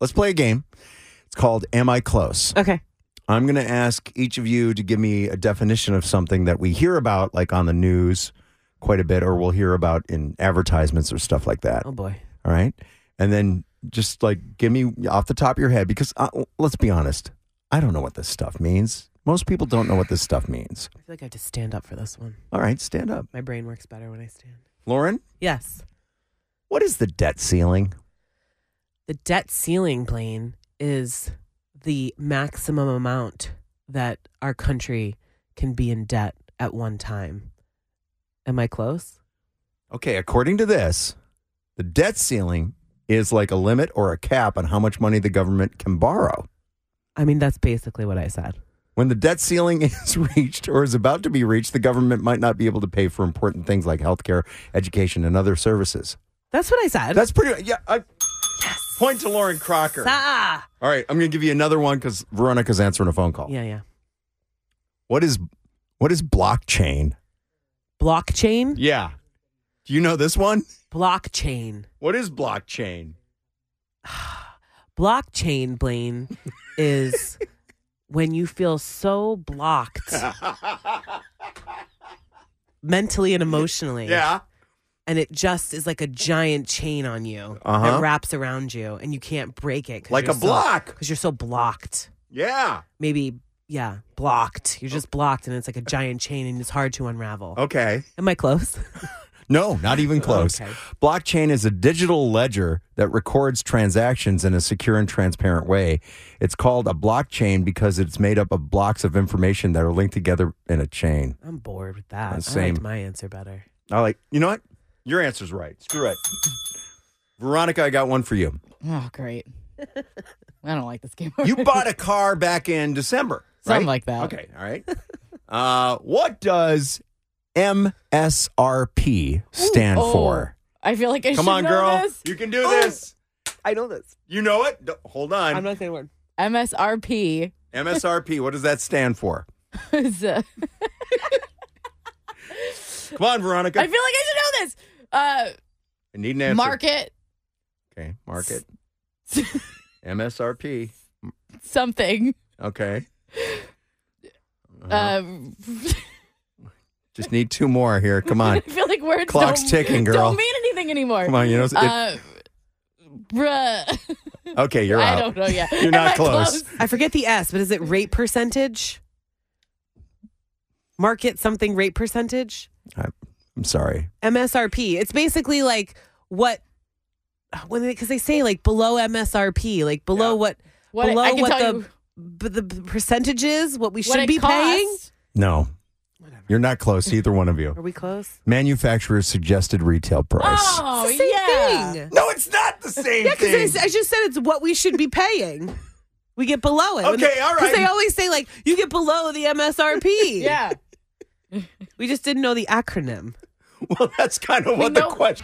Let's play a game. It's called Am I Close? Okay. I'm going to ask each of you to give me a definition of something that we hear about, like on the news quite a bit, or we'll hear about in advertisements or stuff like that. Oh boy. All right. And then just like give me off the top of your head, because uh, let's be honest, I don't know what this stuff means. Most people don't know what this stuff means. I feel like I have to stand up for this one. All right, stand up. My brain works better when I stand. Lauren, Yes. what is the debt ceiling? The debt ceiling plane is the maximum amount that our country can be in debt at one time. Am I close? Okay, according to this, the debt ceiling is like a limit or a cap on how much money the government can borrow. I mean, that's basically what I said. When the debt ceiling is reached or is about to be reached, the government might not be able to pay for important things like healthcare, education, and other services. That's what I said. That's pretty. Yeah. I, Point to Lauren Crocker. ah! All right, I'm going to give you another one because Veronica's answering a phone call. Yeah, yeah. What is what is blockchain? Blockchain? Yeah. Do you know this one? Blockchain. What is blockchain? Blockchain, Blaine, is when you feel so blocked mentally and emotionally. Yeah. and it just is like a giant chain on you Uh-huh. that wraps around you, and you can't break it. Like a block. because you're so blocked. Yeah. Maybe yeah, blocked. You're Oh. just blocked, and it's like a giant chain, and it's hard to unravel. Okay. Am I close? No, not even close. Okay. Blockchain is a digital ledger that records transactions in a secure and transparent way. It's called a blockchain because it's made up of blocks of information that are linked together in a chain. I'm bored with that. That's I liked same. my answer better. I like, you know what? Your answer's right. Screw it. Veronica, I got one for you. Oh, great. I don't like this game. You already. bought a car back in December. Right? Something like that. Okay, all right. Uh, what does MSRP stand Oh, for? I feel like I Come should on, know girl. this. Oh. You can do this. I know this. You know it. D- hold on. I'm not saying a word. MSRP MSRP, what does that stand for? is. Uh, Come on, Veronica. I feel like I should know this. Uh, I need an answer. market Okay, mark it. MSRP. something. Okay. Uh-huh. Uh, Just need two more here. Come on. I feel like words Clock's don't, ticking, girl. don't mean anything anymore. Come on, you know. it- Uh, bruh. okay, you're I out. don't know yet. You're Am not I close. I forget the S, but is it rate percentage? Market something rate percentage? I'm sorry. MSRP. It's basically like what when they because they say like below MSRP, like below Yeah. what What I- below I can what tell the you b- the b- percentage is, what we what should it be costs. paying. No. You're not close, either one of you. Are we close? Manufacturer's suggested retail price. Oh, It's the same yeah. thing. No, it's not the same Yeah, because I just said it's what we should be paying. We get below it. When Okay, they- all 'cause right. they always say like you get below the MSRP. Yeah. we just didn't know the acronym. well, that's kind of We what the know- question.